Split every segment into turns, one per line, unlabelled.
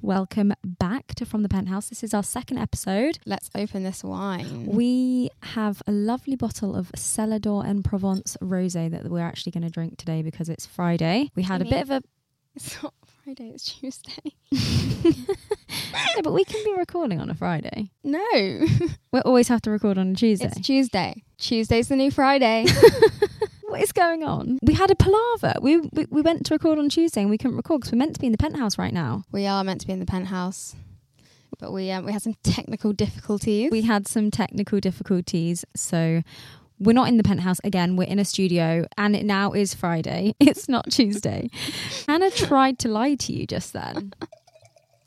welcome back to From the Penthouse. This is our second episode.
Let's open this
Hmm.
wine.
We have a lovely bottle of Celador and Provence rosé that we're actually going to drink today because it's Friday. We had a bit of a
It's not Friday, it's Tuesday.
no, but we can be recording on a Friday.
No,
We always have to record on a Tuesday.
it's Tuesday. Tuesday's the new Friday.
what is going on? We had a palaver. We, we we went to record on Tuesday and we couldn't record because we're meant to be in the penthouse right now.
we are meant to be in the penthouse, but we um, we had some technical difficulties.
We had some technical difficulties, so we're not in the penthouse again. We're in a studio, and it now is Friday. It's not Tuesday. Hannah tried to lie to you just then.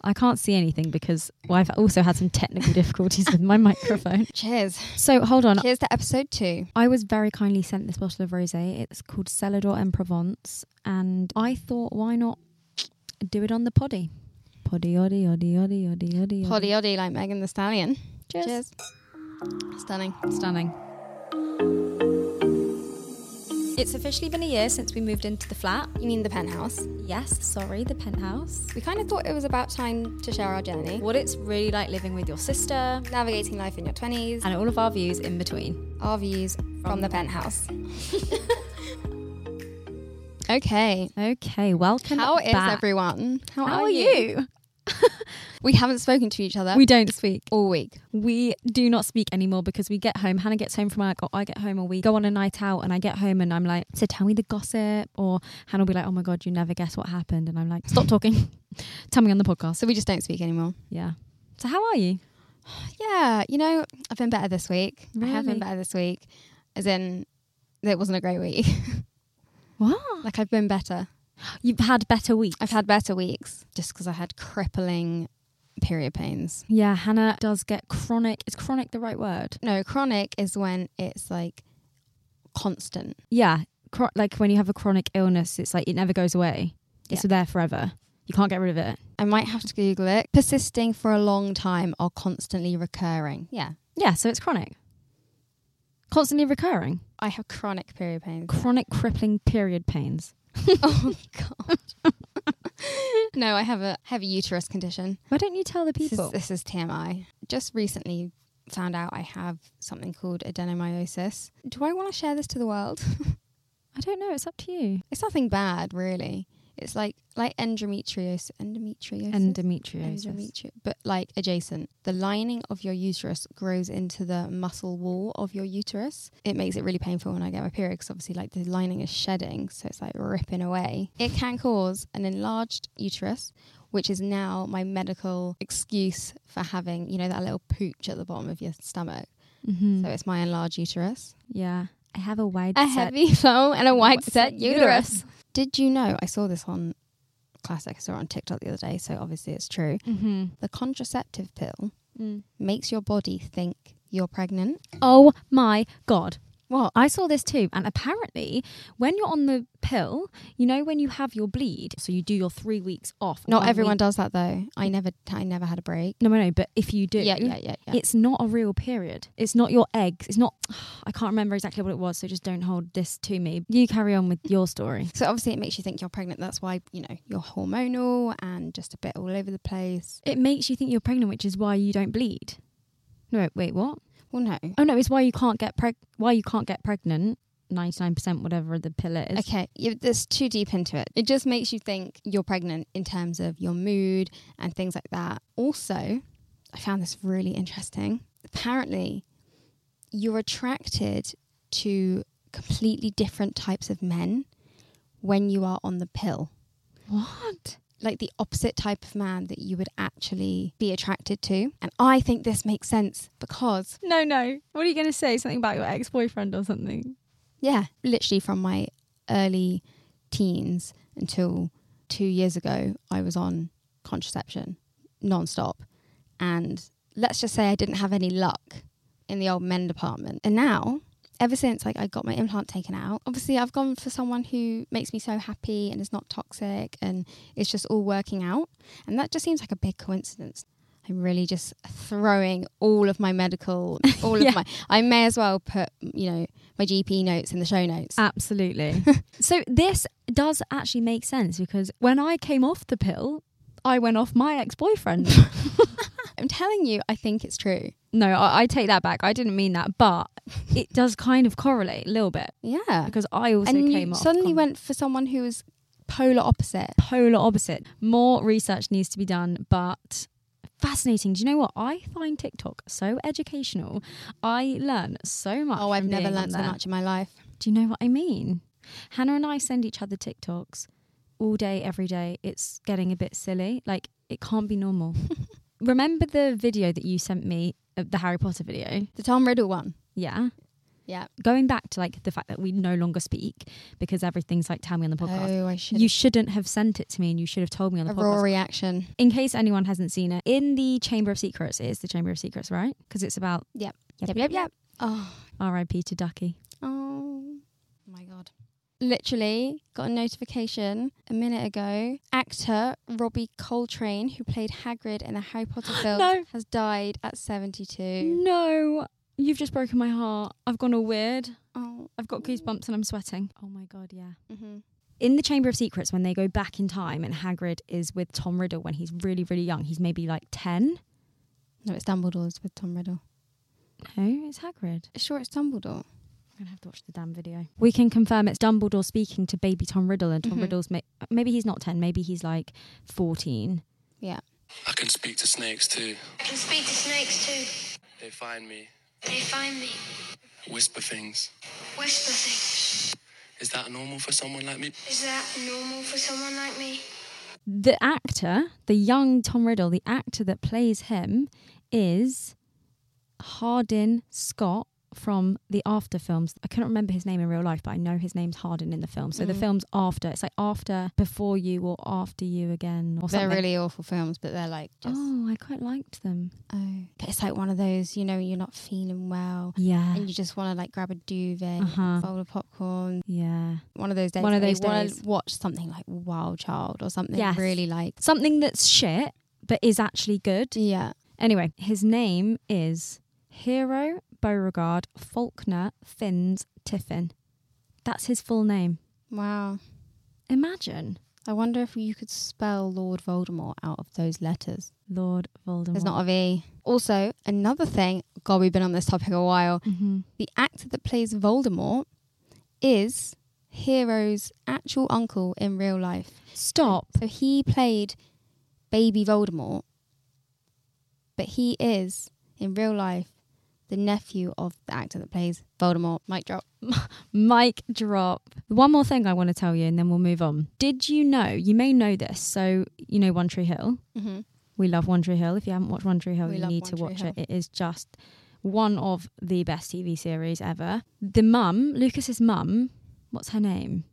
I can't see anything because well, I've also had some technical difficulties with my microphone.
Cheers.
So hold on.
Cheers to episode two.
I was very kindly sent this bottle of rosé. It's called Celador and Provence, and I thought, why not do it on the poddy? Poddy, oddy, oddy, oddy, oddy, oddy.
Poddy oddy like Megan the Stallion.
Cheers.
Cheers. Stunning.
Stunning. It's officially been a year since we moved into the flat.
You mean the penthouse?
Yes, sorry, the penthouse.
We kind of thought it was about time to share our journey,
What it's really like living with your sister,
navigating life in your 20s,
and all of our views in between.
our views from the penthouse. okay.
Okay, welcome.
How is
back.
everyone? How,
How are you?
We haven't spoken to each other
We don't speak.
all week.
We do not speak anymore because we get home. Hannah gets home from work, or I get home, or we go on a night out, and I get home and I'm like, "So tell me the gossip," or Hannah will be like, "Oh my god, you never guess what happened," and I'm like, "Stop talking, tell me on the podcast."
So we just don't speak anymore.
Yeah. So how are you?
Yeah, you know, I've been better this week. I have
Really?
been better this week. As in, it wasn't a great week.
Wow,
like, I've been better.
you've had better weeks.
I've had better weeks just because I had crippling period pains.
Yeah, Hannah does get chronic. Is chronic the right word?
No, chronic is when it's like constant.
Yeah, chro- like when you have a chronic illness, it's like it never goes away. It's there forever. You can't get rid of it.
I might have to Google it. Persisting for a long time or constantly recurring. Yeah.
Yeah, so it's chronic, constantly recurring,
I have chronic period pains.
chronic crippling period pains.
oh god. no, I have a have a uterus condition.
Why don't you tell the
This
people?
is, this is TMI. Just recently found out I have something called adenomyosis. Do I want to share this to the world?
I don't know. It's up to you.
It's nothing bad, really. It's like like endometriosis, endometriosis,
Endometriosis.
endometri- but like adjacent. The lining of your uterus grows into the muscle wall of your uterus. It makes it really painful when I get my period because obviously, like the lining is shedding, so it's like ripping away. It can cause an enlarged uterus, which is now my medical excuse for having, you know, that little pooch at the bottom of your stomach.
Mhm.
So it's my enlarged uterus
yeah, I have a wide
Mm. a
set.
heavy flow and a wide
Wide
set
set
uterus. Did you know? I saw this on classic. I saw it on TikTok the other day, so obviously it's true.
Mhm.
The contraceptive pill
Mm.
makes your body think you're pregnant.
Oh my god.
What?
I saw this too, and apparently, when you're on the pill, you know when you have your bleed, so you do your three weeks off.
Not
one
everyone
week-
does that though. I never, I never had a break.
No, no, no. But if you do,
Yeah, yeah, yeah, yeah.
It's not a real period. It's not your eggs. It's not. I can't remember exactly what it was, so just don't hold this to me. You carry on with your story.
so obviously it makes you think you're pregnant. That's why you know you're hormonal and just a bit all over the place.
It makes you think you're pregnant, which is why you don't bleed. No, wait, what?
Well, no.
Oh no, it's why you can't get preg- why you can't get pregnant. Ninety nine percent, whatever the pill is.
Okay, you, there's too deep into it. It just makes you think you're pregnant in terms of your mood and things like that. Also, I found this really interesting. Apparently, you're attracted to completely different types of men when you are on the pill.
What?
Like the opposite type of man that you would actually be attracted to. And I think this makes sense because,
No, no. What are you going to say? Something about your ex boyfriend or something?
yeah, literally from my early teens until two years ago, I was on contraception nonstop. And let's just say I didn't have any luck in the old men department. And now, ever since like I got my implant taken out, obviously I've gone for someone who makes me so happy and is not toxic and it's just all working out. And that just seems like a big coincidence. I'm really just throwing all of my medical, all
Yeah.
of my. I may as well put, you know, my GP notes in the show notes.
Absolutely. so this does actually make sense because when I came off the pill, I went off my ex boyfriend.
I'm telling you, I think it's true.
no, I, I take that back. I didn't mean that, but it does kind of correlate a little bit
Yeah.
because I also
and
came
you
off
suddenly
com-
went for someone who was polar opposite.
polar opposite. More research needs to be done, but fascinating. Do you know what? I find TikTok so educational. I learn so much.
Oh, I've
from
never
being on
learned so
there.
much in my life.
Do you know what I mean? Hannah and I send each other TikToks all day, every day. It's getting a bit silly. Like, it can't be normal. Remember the video that you sent me, uh, the Harry Potter video?
The Tom Riddle one.
Yeah.
Yeah.
Going back to like the fact that we no longer speak because everything's like, tell me on the podcast.
Oh, I should.
You shouldn't have sent it to me and you should have told me on the
a
podcast.
raw reaction.
In case anyone hasn't seen it, in the Chamber of Secrets, it is the Chamber of Secrets, right? Because it's about
Yep. Yep, yep, yep. Oh,
R.I.P. to Ducky.
oh my god. Literally got a notification a minute ago. Actor Robbie Coltrane, who played Hagrid in the Harry Potter films,
No.
has died at 72.
No, you've just broken my heart. I've gone all weird.
Oh,
I've got goosebumps and I'm sweating. Oh my god, yeah.
hmm
In the Chamber of Secrets, when they go back in time and Hagrid is with Tom Riddle when he's really, really young, he's maybe like 10.
No, it's Dumbledore's with Tom Riddle.
No, it's Hagrid.
Sure, it's Dumbledore.
I'm going to have to watch the damn video. Mm-hmm. We can confirm it's Dumbledore speaking to baby Tom Riddle, and Tom
Mhm.
Riddle's ma- maybe he's not 10, maybe he's like 14.
Yeah.
I can speak to snakes too.
I can speak to snakes too.
They find me,
They find me,
whisper things.
whisper things.
Is that normal for someone like me?
Is that normal for someone like me?
The actor, the young Tom Riddle, the actor that plays him is Hardin Scott from the After films. I couldn't remember his name in real life, but I know his name's Hardin in the film. So the
Mm.
film's After. It's like After, Before You, or After You Again, or
They're
something.
really awful films, but they're like just.
oh, I quite liked them.
Oh. But it's like one of those, you know, you're not feeling well
Yeah.
and you just want to like grab a duvet,
Uh-huh.
bowl of popcorn.
Yeah.
One of those days.
One of
that
those
you wanna
days.
watch something like Wild Child or something
Yes.
really like.
Something that's shit, but is actually good.
Yeah.
Anyway, his name is Hero Beauregard Faulkner Fins Tiffin. That's his full name.
Wow.
Imagine
I wonder if you could spell Lord Voldemort out of those letters.
Lord Voldemort.
There's not a V. Also, another thing, God, we've been on this topic a while.
Mhm.
The actor that plays Voldemort is Hero's actual uncle in real life.
Stop.
So he played baby Voldemort, but he is in real life the nephew of the actor that plays Voldemort. Mic drop.
Mic drop. One more thing I want to tell you, and then we'll move on. Did you know? You may know this. So you know One Tree Hill.
Mm-hmm.
We love One Tree Hill. If you haven't watched One Tree Hill,
We
you
love
need
One
to
Tree
watch it. It is just one of the best TV series ever. The mum, Lucas's mum. What's her name?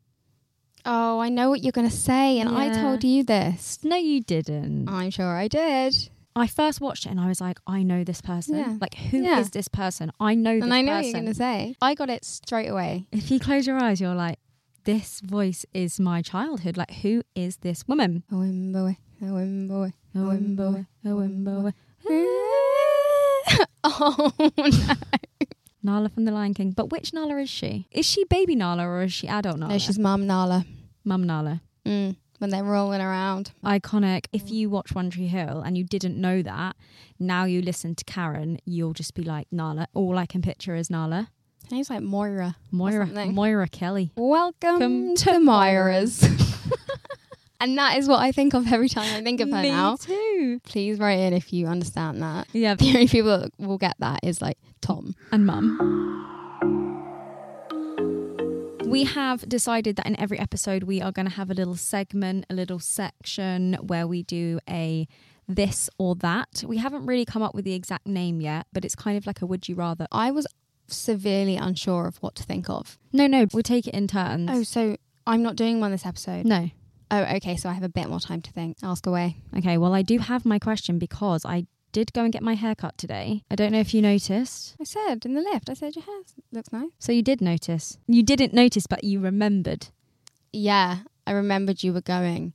Oh, I know what you're going to say, and I
Yeah.
told you this.
No, you didn't.
I'm sure I did.
I first watched it and I was like, I know this person.
Yeah.
Like, who is
Yeah.
this person? I know this
and I know what
person.
you're going to say. I got it straight away.
if you close your eyes, you're like, this voice is my childhood. Like, who is this woman?
Oh, um, boy. Oh, um, boy. Oh, um, boy.
oh, um, boy.
oh, no.
Nala from The Lion King. But which Nala is she? Is she baby Nala or is she adult Nala?
No, she's Mum Nala.
Mum Nala.
Mm, when they're rolling around.
Iconic. If
Mm.
you watch One Tree Hill and you didn't know that, now you listen to Karen, you'll just be like, Nala. All I can picture is Nala.
Her name's like Moira.
Moira,
something.
Moira Kelly.
Welcome
Come
to Myra's. and that is what I think of every time I think of her
Me
now.
too.
Please write in if you understand that.
Yeah,
The only people that will get that is like Tom.
and mum. We have decided that in every episode we are going to have a little segment, a little section where we do a this or that. We haven't really come up with the exact name yet, but it's kind of like a would you rather.
I was severely unsure of what to think of.
No, no, we'll take it in turns.
Oh, so I'm not doing one this episode.
no.
Oh, okay. So I have a bit more time to think. Ask away.
Okay, well, I do have my question because I did go and get my hair cut today. I don't know if you noticed.
I said in the lift, I said your hair looks nice.
So you did notice. You didn't notice, but you remembered.
Yeah, I remembered you were going.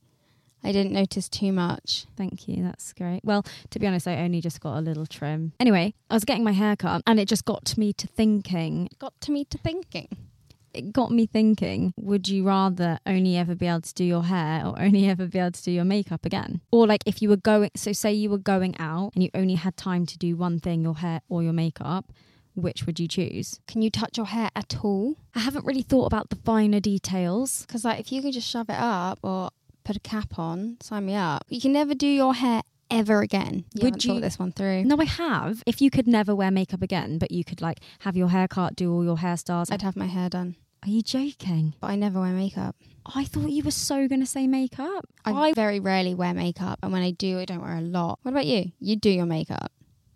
I didn't notice too much.
Thank you. That's great. Well, to be honest, I only just got a little trim. Anyway, I was getting my hair cut and it just got me to thinking
It got to me to thinking.
it got me thinking would you rather only ever be able to do your hair or only ever be able to do your makeup again? Or like if you were going, so say you were going out and you only had time to do one thing, your hair or your makeup, which would you choose?
Can you touch your hair at all?
I haven't really thought about the finer details.
Because like if you can just shove it up or put a cap on, sign me up. You can never do your hair ever again. You
Would
haven't
you-
thought this one through?
No, I have. If you could never wear makeup again, but you could like have your haircut, do all your hairstyles.
I'd have my hair done,
Are you joking?
but I never wear makeup.
I thought you were so going to say makeup.
I, very rarely wear makeup, and when I do, I don't wear a lot. What about you? You do your makeup.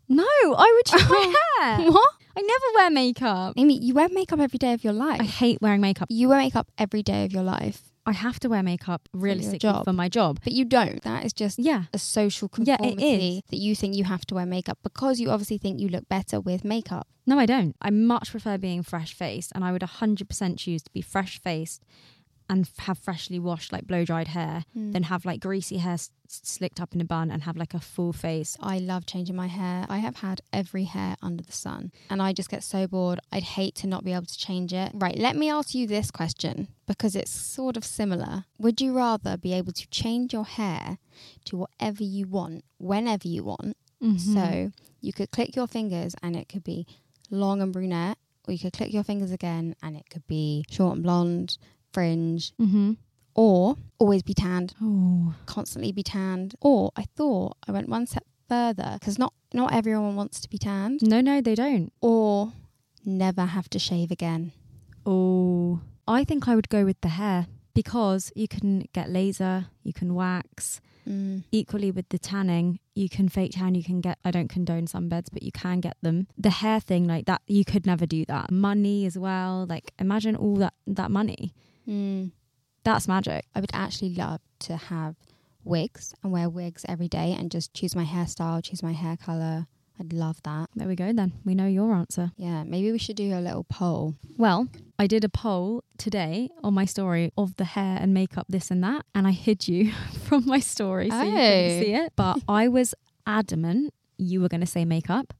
No, I would choose my hair.
What?
I never wear makeup.
Amy, you wear makeup every day of your
I
life.
hate wearing makeup.
You wear makeup every day of your life,
I have to wear makeup realistically
job.
for my job.
but you don't. That is just
Yeah.
a social
Yeah, it
conformity
is.
that you think you have to wear makeup because you obviously think you look better with makeup.
No, I don't. I much prefer being fresh faced, and I would 100% choose to be fresh faced and f- have freshly washed, like blow dried hair, than have like greasy hair s- slicked up in a bun and have like a full face.
I love changing my hair. I have had every hair under the sun and I just get so bored. I'd hate to not be able to change it. Right, let me ask you this question because it's sort of similar. Would you rather be able to change your hair to whatever you want, whenever you want?
Mm-hmm.
So you could click your fingers and it could be long and brunette, or you could click your fingers again and it could be short and blonde, fringe,
Mm-hmm.
or always be tanned
Oh.
constantly be tanned. Or I thought I went one step further because not not everyone wants to be tanned.
No, no, they don't.
Or never have to shave again.
Oh. I think I would go with the hair because you can get laser, you can wax,
Mm.
equally with the tanning you can fake tan you can get i don't condone sunbeds but you can get them the hair thing like that you could never do that money as well like imagine all that that money
Mm.
that's magic
I would actually love to have wigs and wear wigs every day and just choose my hairstyle, choose my hair color. I'd love that.
there we go then we know your answer
Yeah, maybe we should do a little poll.
well i did a poll today on my story of the hair and makeup this and that and i hid you from my story so you
Oh.
couldn't see it but i was adamant you were going to say makeup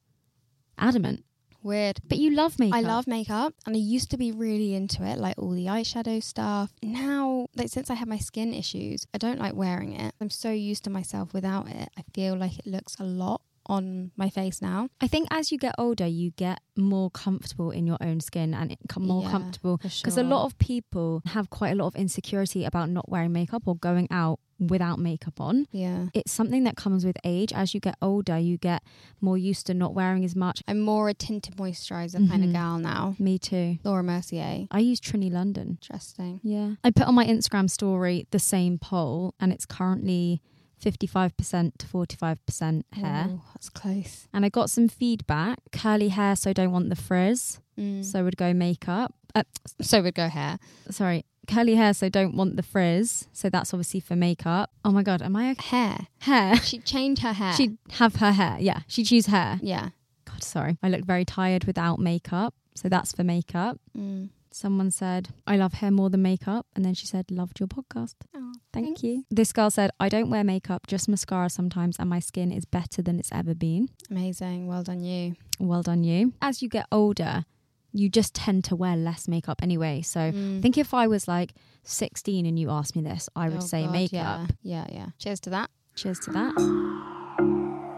adamant
Weird.
but you love makeup
I love makeup and I used to be really into it, like all the eyeshadow stuff. Now, like since I had my skin issues, I don't like wearing it. I'm so used to myself without it. I feel like it looks a lot on my face now.
I think as you get older, you get more comfortable in your own skin and it com- more
Yeah,
comfortable
for
because a lot of people have quite a lot of insecurity about not wearing makeup or going out without makeup on.
Yeah.
It's something that comes with age. As you get older, you get more used to not wearing as much.
I'm more a tinted moisturizer kind
Mm-hmm.
of gal now.
Me too.
Laura Mercier.
I use Trini London.
Interesting.
Yeah. I put on my Instagram story the same poll and it's currently 55% to 45% hair.
Ooh, that's close.
And I got some feedback curly hair, so don't want the frizz.
Mm.
So would go makeup. Uh,
So would go hair.
sorry, curly hair, so don't want the frizz. So that's obviously for makeup. Oh my God, am I okay?
Hair.
Hair.
She'd change her hair.
She'd have her hair. Yeah, she'd choose hair.
yeah.
God, sorry. I looked very tired without makeup. So that's for makeup.
Mm.
Someone said, I love hair more than makeup. And then she said, loved your podcast.
Oh,
Thank
thanks.
you. This girl said, I don't wear makeup, just mascara sometimes, and my skin is better than it's ever been.
Amazing. Well done, you.
Well done, you. As you get older, you just tend to wear less makeup anyway. So
Mm.
I think if I was like 16 and you asked me this, I would
Oh,
say
God,
makeup.
Yeah. yeah, yeah. Cheers to that.
Cheers to that.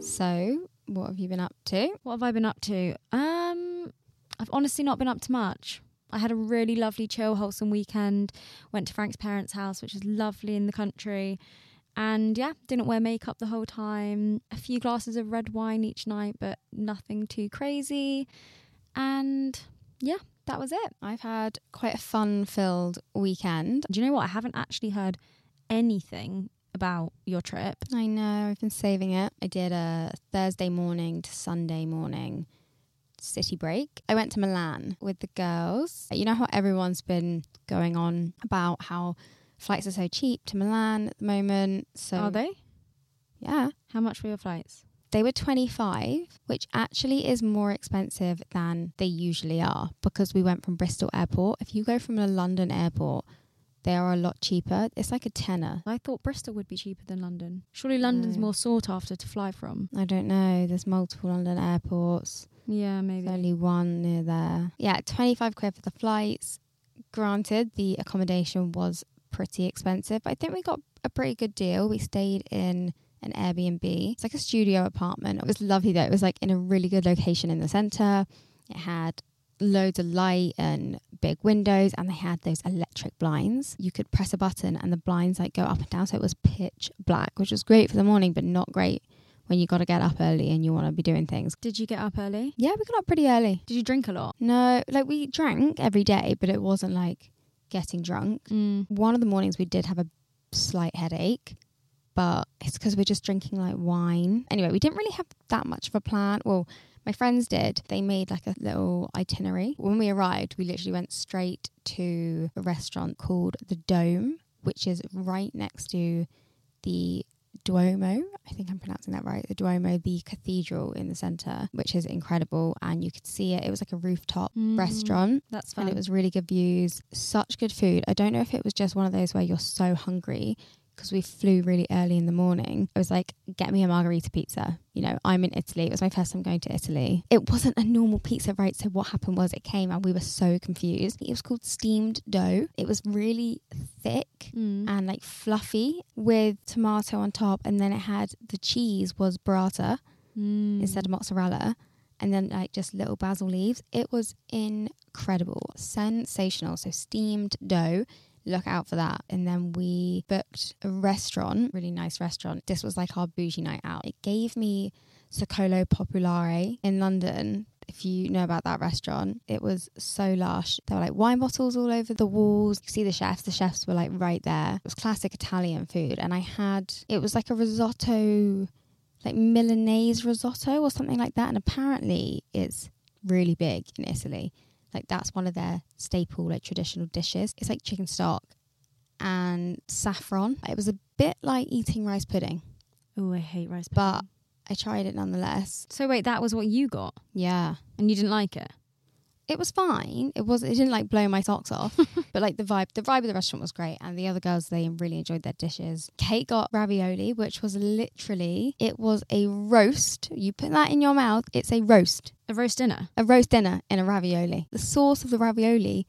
So, what have you been up to?
What have I been up to? Um, I've honestly not been up to much. I had a really lovely, chill, wholesome weekend. Went to Frank's parents' house, which is lovely in the country. And yeah, didn't wear makeup the whole time. A few glasses of red wine each night, but nothing too crazy. And yeah, that was it.
I've had quite a fun filled weekend.
Do you know what? I haven't actually heard anything about your trip.
I know, I've been saving it. I did a Thursday morning to Sunday morning city break. I went to Milan with the girls. You know how everyone's been going on about how flights are so cheap to Milan at the moment. So
Are they?
Yeah.
How much were your flights?
They were 25, which actually is more expensive than they usually are because we went from Bristol Airport. If you go from a London airport, They are a lot cheaper. It's like a tenner.
I thought Bristol would be cheaper than London. Surely London's
No.
more sought after to fly from.
I don't know. There's multiple London airports.
Yeah, maybe.
There's only one near there. Yeah, 25 quid for the flights. Granted, the accommodation was pretty expensive. but I think we got a pretty good deal. We stayed in an Airbnb. It's like a studio apartment. It was lovely though. It was like in a really good location in the centre. It had loads of light and big windows and they had those electric blinds. You could press a button and the blinds like go up and down so it was pitch black, which was great for the morning but not great when you got to get up early and you want to be doing things.
Did you get up early?
Yeah, we got up pretty early.
Did you drink a lot?
No, like we drank every day, but it wasn't like getting drunk.
Mm.
One of the mornings we did have a slight headache, but it's because we're just drinking like wine. Anyway, we didn't really have that much of a plan. Well, my friends did. They made like a little itinerary. When we arrived, we literally went straight to a restaurant called The Dome, which is right next to the Duomo. I think I'm pronouncing that right. The Duomo, the cathedral in the centre, which is incredible. And you could see it. It was like a rooftop
Mm.
restaurant.
That's
And
fun.
it was really good views, such good food. I don't know if it was just one of those where you're so hungry because we flew really early in the morning. I was like, get me a margarita pizza. You know, I'm in Italy. It was my first time going to Italy. It wasn't a normal pizza, right? So what happened was it came and we were so confused. It was called steamed dough. It was really thick
Mm.
and like fluffy with tomato on top and then it had the cheese was burrata
Mm.
instead of mozzarella and then like just little basil leaves it was incredible sensational so steamed dough look out for that and then we booked a restaurant really nice restaurant this was like our bougie night out it gave me Socolo Popolare in London if you know about that restaurant it was so lush there were like wine bottles all over the walls you could see the chefs the chefs were like right there it was classic Italian food and I had it was like a risotto like Milanese risotto or something like that. And apparently, it's really big in Italy. Like that's one of their staple, like traditional dishes. It's like chicken stock and saffron. It was a bit like eating rice pudding,
Oh, I hate rice.
but
pudding.
I tried it nonetheless.
so wait, that was what you got,
Yeah.
and you didn't like it.
It was fine. It was. It didn't like blow my socks off, but like the vibe, the vibe of the restaurant was great, and the other girls they really enjoyed their dishes. Kate got ravioli, which was literally it was a roast. You put that in your mouth, it's a roast.
A roast dinner,
a roast dinner in a ravioli. The sauce of the ravioli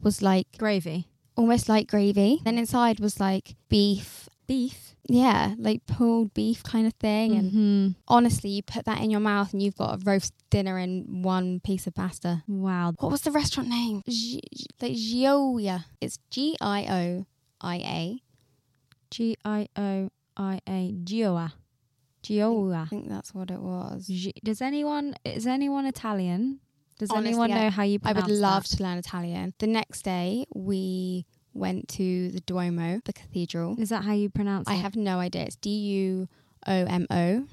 was like
gravy,
almost like gravy. Then inside was like beef.
beef.
Yeah, like pulled beef kind of thing. And
Mm-hmm.
honestly, you put that in your mouth and you've got a roast dinner in one piece of pasta.
Wow.
What was the restaurant name? G- G- like Gioia. It's G I O I A.
G I O I A Gioa.
I
Gioa.
think that's what it was.
G- Does anyone is anyone Italian? Does
Honestly,
anyone
I-
know how you
I
pronounce
would love
that?
to learn Italian. The next day, we went to the Duomo, the cathedral.
Is that how you pronounce
I
it?
have no idea. It's D U O M O.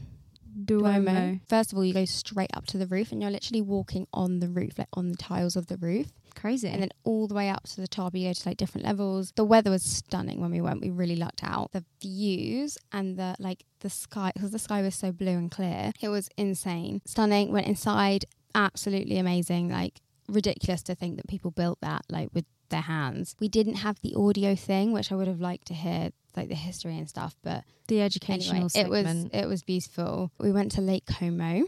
Duomo.
First of all, you go straight up to the roof and you're literally walking on the roof, like on the tiles of the roof.
Crazy.
And then all the way up to the top, you go to like different levels. The weather was stunning when we went. We really lucked out. The views and the like the sky, because the sky was so blue and clear. It was insane. Stunning. Went inside. Absolutely amazing. Like ridiculous to think that people built that like with their hands. We didn't have the audio thing, which I would have liked to hear, like the history and stuff, but
the educational
anyway, it was
segment.
it was beautiful. We went to Lake Como.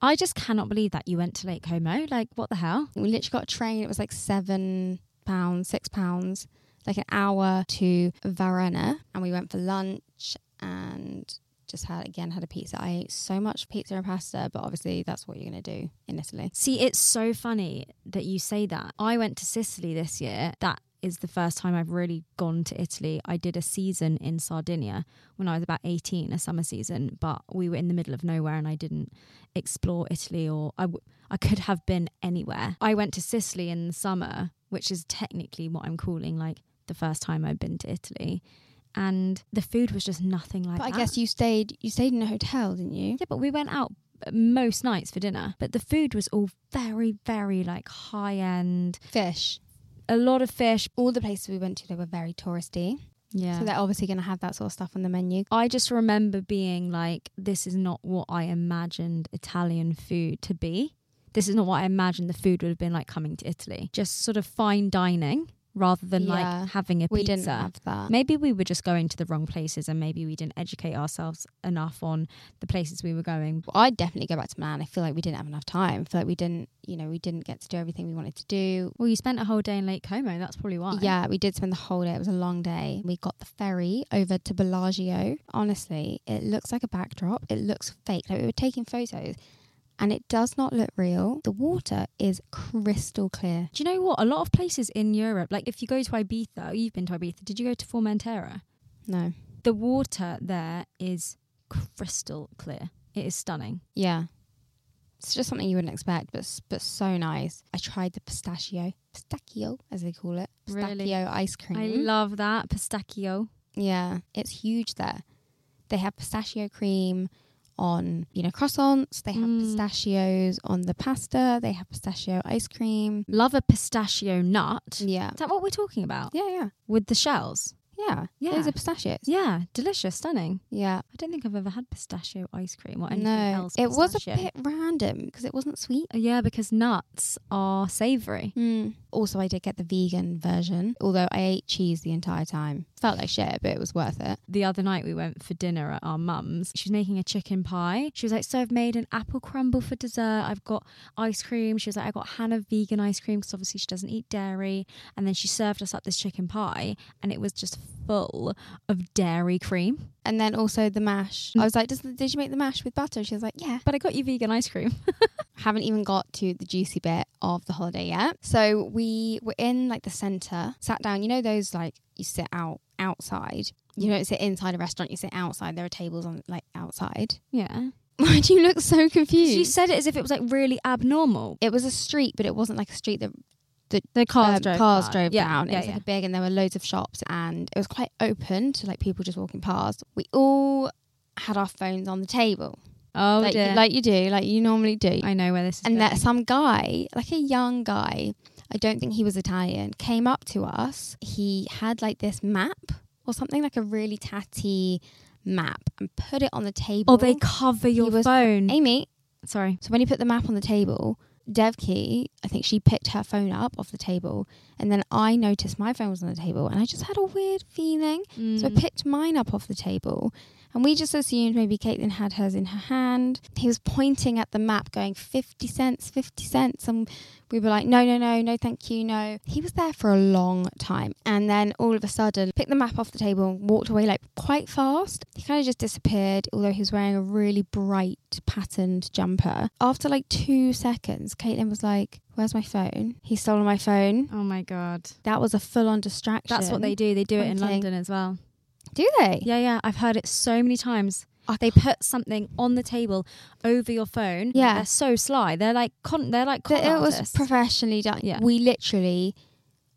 I just cannot believe that you went to Lake Como. Like, what the hell?
We literally got a train. It was like seven pounds, six pounds, like an hour to Varana, and we went for lunch and just had again had a pizza. I ate so much pizza and pasta, but obviously that's what you're gonna do in Italy.
See, it's so funny that you say that. I went to Sicily this year. That is the first time I've really gone to Italy. I did a season in Sardinia when I was about 18, a summer season, but we were in the middle of nowhere and I didn't explore Italy or I, w- I could have been anywhere. I went to Sicily in the summer, which is technically what I'm calling like the first time I've been to Italy. And the food was just nothing like
But I
that.
guess you stayed you stayed in a hotel, didn't you?
Yeah, but we went out uh, most nights for dinner, but the food was all very, very like high end.
Fish.
A lot of fish.
All the places we went to, they were very touristy.
Yeah.
So they're obviously going to have that sort of stuff on the menu.
I just remember being like, this is not what I imagined Italian food to be. This is not what I imagined the food would have been like coming to Italy. Just sort of fine dining, rather than
Yeah.
like having a
we
pizza.
didn't have that.
Maybe we were just going to the wrong places and maybe we didn't educate ourselves enough on the places we were going.
I'd definitely go back to Milan. I feel like we didn't have enough time. I feel like we didn't, you know, we didn't get to do everything we wanted to do.
Well, you spent a whole day in Lake Como. That's probably why.
Yeah, we did spend the whole day. It was a long day. We got the ferry over to Bellagio. Honestly, it looks like a backdrop. It looks fake. Like we were taking photos and it does not look real. The water is crystal clear.
Do you know what? A lot of places in Europe, like if you go to Ibiza, you've been to Ibiza, did you go to Formentera?
No.
The water there is crystal clear. It is stunning.
Yeah. It's just something you wouldn't expect, but s- but so nice. I tried the pistachio, pistachio as they call it, pistachio
Really?
ice cream.
I love that. Pistachio.
Yeah, it's huge there. They have pistachio cream on, you know, croissants. They have
Mm.
pistachios on the pasta. They have pistachio ice cream.
Love a pistachio nut. Is
Yeah.
that what we're talking about?
Yeah, yeah.
With the shells.
Yeah.
Yeah.
Those are pistachios.
Yeah, delicious, stunning.
Yeah.
I don't think I've ever had pistachio ice cream or anything
No,
else.
it was a
pistachio.
bit random because it wasn't sweet.
Uh, Yeah, because nuts are savory.
Mm. Also, I did get the vegan version, although I ate cheese the entire time. Felt like shit, but it was worth it.
The other night we went for dinner at our mum's. She was making a chicken pie. She was like, "So I've made an apple crumble for dessert. I've got ice cream." She was like, "I got Hannah vegan ice cream because obviously she doesn't eat dairy." And then she served us up this chicken pie, and it was just full of dairy cream.
And then also the mash.
Mm.
I was like, Does, did you make the mash with butter? She was like, yeah.
But I got you vegan ice cream.
haven't even got to the juicy bit of the holiday yet. So we were in like the center, sat down. You know those like you sit out outside. You don't sit inside a restaurant. You sit outside. There are tables on like outside.
yeah.
Why do you look so
She
confused?
said it as if it was like really abnormal.
It was a street, but it wasn't like a street that
The cars
um,
drove
cars
by.
drove
yeah,
down. it
Yeah,
was
yeah.
like a big, and there were loads of shops, and it was quite open to like people just walking past. We all had our phones on the table,
oh
like,
dear.
You, like you do, like you normally do.
I know where this is.
and
going.
that some guy, like a young guy, I don't think he was Italian, came up to us. He had like this map or something like a really tatty map and put it on the table.
or Oh, they cover your
was
phone.
Amy.
Sorry.
So when he put the map on the table, Devki, I think she picked her phone up off the table, and then I noticed my phone was on the table, and I just had a weird feeling. So I
Mm.
picked mine up off the table, and we just assumed maybe Caitlin had hers in her hand. He was pointing at the map, going 50 cents, 50 cents. And we were like, no, no, no, no, thank you, no. He was there for a long time. And then all of a sudden, picked the map off the table and walked away like quite fast. He kind of just disappeared, although he was wearing a really bright patterned jumper. After like two seconds, Caitlin was like, where's my phone? He's stolen my phone.
Oh my god.
That was a full on distraction.
That's what they do. They do it in
One thing.
London as well.
do. They?
Yeah, yeah. I've heard it so many times.
I
They put something on the table over your phone.
Yeah.
they're so sly. They're like con. They're like con
But it was
artists.
professionally done.
Yeah.
We literally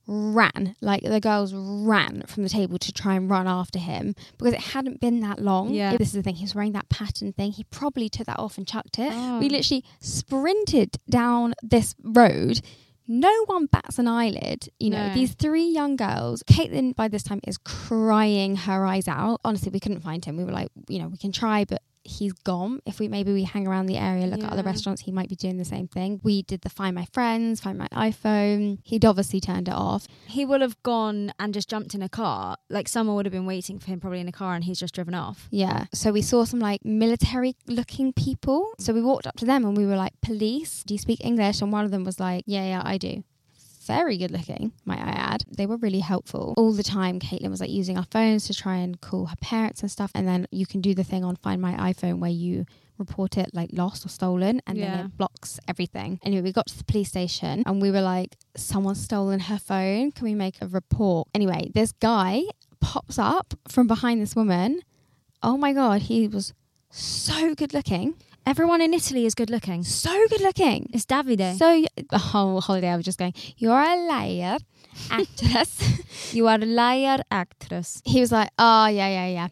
ran, like the girls ran from the table to try and run after him because it hadn't been that long.
Yeah.
This is the thing, he was wearing that pattern thing. He probably took that off and chucked it.
Oh.
We literally sprinted down this road. No one bats an eyelid. You know,
No.
these three young girls, Caitlin by this time is crying her eyes out. Honestly, we couldn't find him. We were like, you know, we can try, but he's gone. If we maybe we hang around the area, look at other
Yeah.
restaurants, he might be doing the same thing. We did the find my friends, find my iPhone. He'd obviously turned it off.
he would have gone and just jumped in a car. Like someone would have been waiting for him, probably in a car, and he's just driven off.
Yeah. So we saw some like military looking people. So we walked up to them and we were like, police, do you speak English? And one of them was like, yeah, yeah, I do. Very good looking, might I add. They were really helpful. All the time, Caitlin was like using our phones to try and call her parents and stuff. And then you can do the thing on Find My iPhone where you report it like lost or stolen and
Yeah.
then it blocks everything. Anyway, we got to the police station and we were like, someone's stolen her phone. Can we make a report? Anyway, this guy pops up from behind this woman. Oh my God, he was so good looking.
Everyone in Italy is good looking.
So good looking.
It's Davide.
So the whole holiday, I was just going, You're a liar, actress.
you are a liar actress.
he was like, Oh, yeah, yeah, yeah.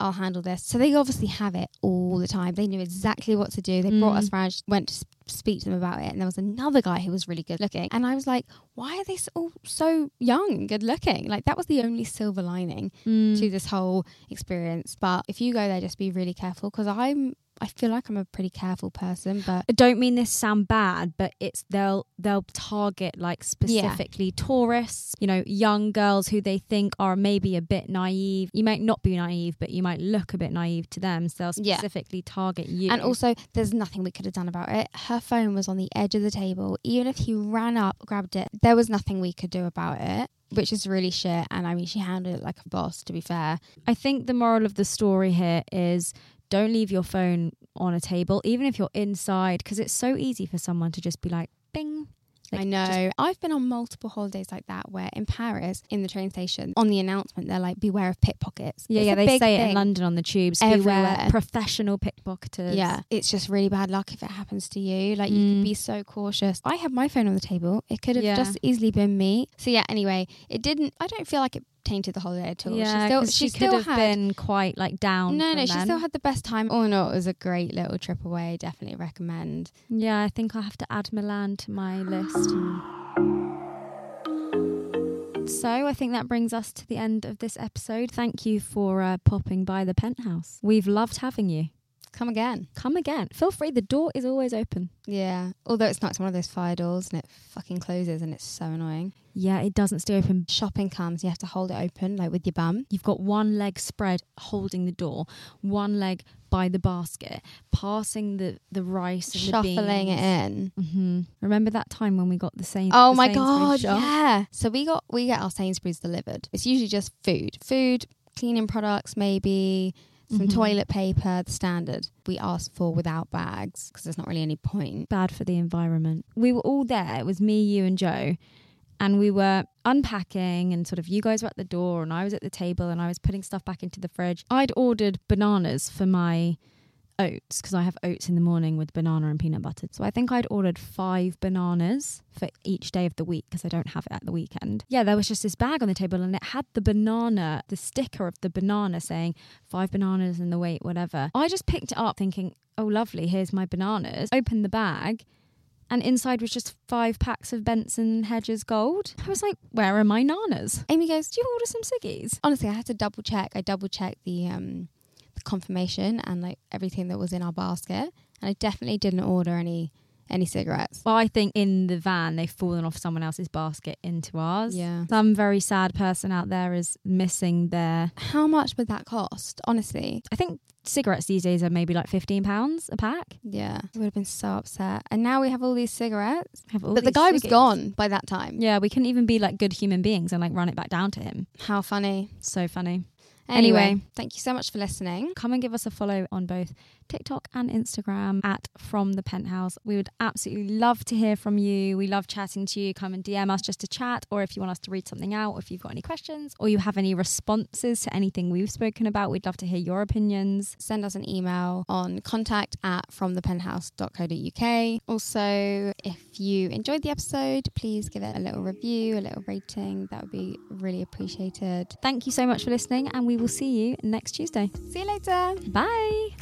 I'll handle this. So they obviously have it all the time. They knew exactly what to do. They brought us around, went to s- speak to them about it. And there was another guy who was really good looking. And I was like, Why are they s- all so young and good looking? Like, that was the only silver lining to this whole experience. But if you go there, just be really careful because I'm I feel like I'm a pretty careful person, but
I don't mean this sound bad, but it's they'll they'll target like specifically tourists, you know, young girls who they think are maybe a bit naive. You might not be naive, but you might look a bit naive to them. So they'll
Yeah.
specifically target you.
and also there's nothing we could have done about it. Her phone was on the edge of the table. Even if he ran up, grabbed it, there was nothing we could do about it, which is really shit. And I mean, she handled it like a boss. To be fair,
I think the moral of the story here is don't leave your phone on a table, even if you're inside, because it's so easy for someone to just be like, bing. Like,
I know. I've been on multiple holidays like that where in Paris, in the train station, on the announcement, they're like, beware of pickpockets.
Yeah,
It's
yeah,
a
they say
big
it in
thing.
London on the tubes.
Everywhere.
Beware, professional pickpocketers.
Yeah, it's just really bad luck if it happens to you. Like, you
Mm.
could be so cautious. I had my phone on the table. It could have
Yeah.
just easily been me. So, yeah, anyway, it didn't, I don't feel like it tainted the holiday at all.
Yeah,
she still,
'cause
she
she could
still
have
had.
been quite like down.
no, no,
from
she
then.
still had the best time. All in all, it was a great little trip away. Definitely recommend.
Yeah, I think I'll have to add Milan to my list. So I think that brings us to the end of this episode. Thank you for uh, popping by the penthouse. We've loved having you.
Come again.
Come again. Feel free. The door is always open.
Yeah. Although it's not, it's one of those fire doors and it fucking closes and it's so annoying.
Yeah, it doesn't stay open.
shopping comes, you have to hold it open, like with your bum.
You've got one leg spread holding the door, one leg by the basket, passing the, the rice and the
Shuffling it in.
hmm Remember that time when we got the same?
Oh
the
my
Sainsbury's
god,
shop?
yeah. So we got we get our Sainsbury's delivered. It's usually just food, food, cleaning products, maybe some
Mhm.
toilet paper, the standard. We asked for without bags because there's not really any point.
bad for the environment. We were all there. It was me, you, and Joe. And we were unpacking, and sort of you guys were at the door, and I was at the table, and I was putting stuff back into the fridge. I'd ordered bananas for my oats because I have oats in the morning with banana and peanut butter. So I think I'd ordered five bananas for each day of the week because I don't have it at the weekend. Yeah, there was just this bag on the table, and it had the banana, the sticker of the banana saying five bananas and the weight, whatever. I just picked it up thinking, oh, lovely, here's my bananas. Opened the bag, and inside was just five packs of Benson Hedges Gold. I was like, where are my nanas?
Amy goes,
Do you order some ciggies?
honestly, I had to double check. I double checked the um the confirmation and like everything that was in our basket, and I definitely didn't order any any cigarettes.
Well, I think in the van, they've fallen off someone else's basket into ours.
Yeah.
Some very sad person out there is missing their.
How much would that cost? Honestly,
I think cigarettes these days are maybe like £15 a pack.
Yeah. I would have been so upset. And now we have all these cigarettes.
Have all
but the
these
guy was
ciggies.
gone by that time.
Yeah, we couldn't even be like good human beings and like run it back down to him.
How funny.
So funny.
Anyway,
Anyway.
thank you so much for listening.
come and give us a follow on both TikTok and Instagram at From the Penthouse. We would absolutely love to hear from you. We love chatting to you. Come and DM us just to chat, or if you want us to read something out, or if you've got any questions, or you have any responses to anything we've spoken about, we'd love to hear your opinions.
Send us an email on contact at fromthepenthouse.co.uk. Also, if you enjoyed the episode, please give it a little review, a little rating. That would be really appreciated.
Thank you so much for listening, and we will see you next Tuesday.
See you later.
Bye.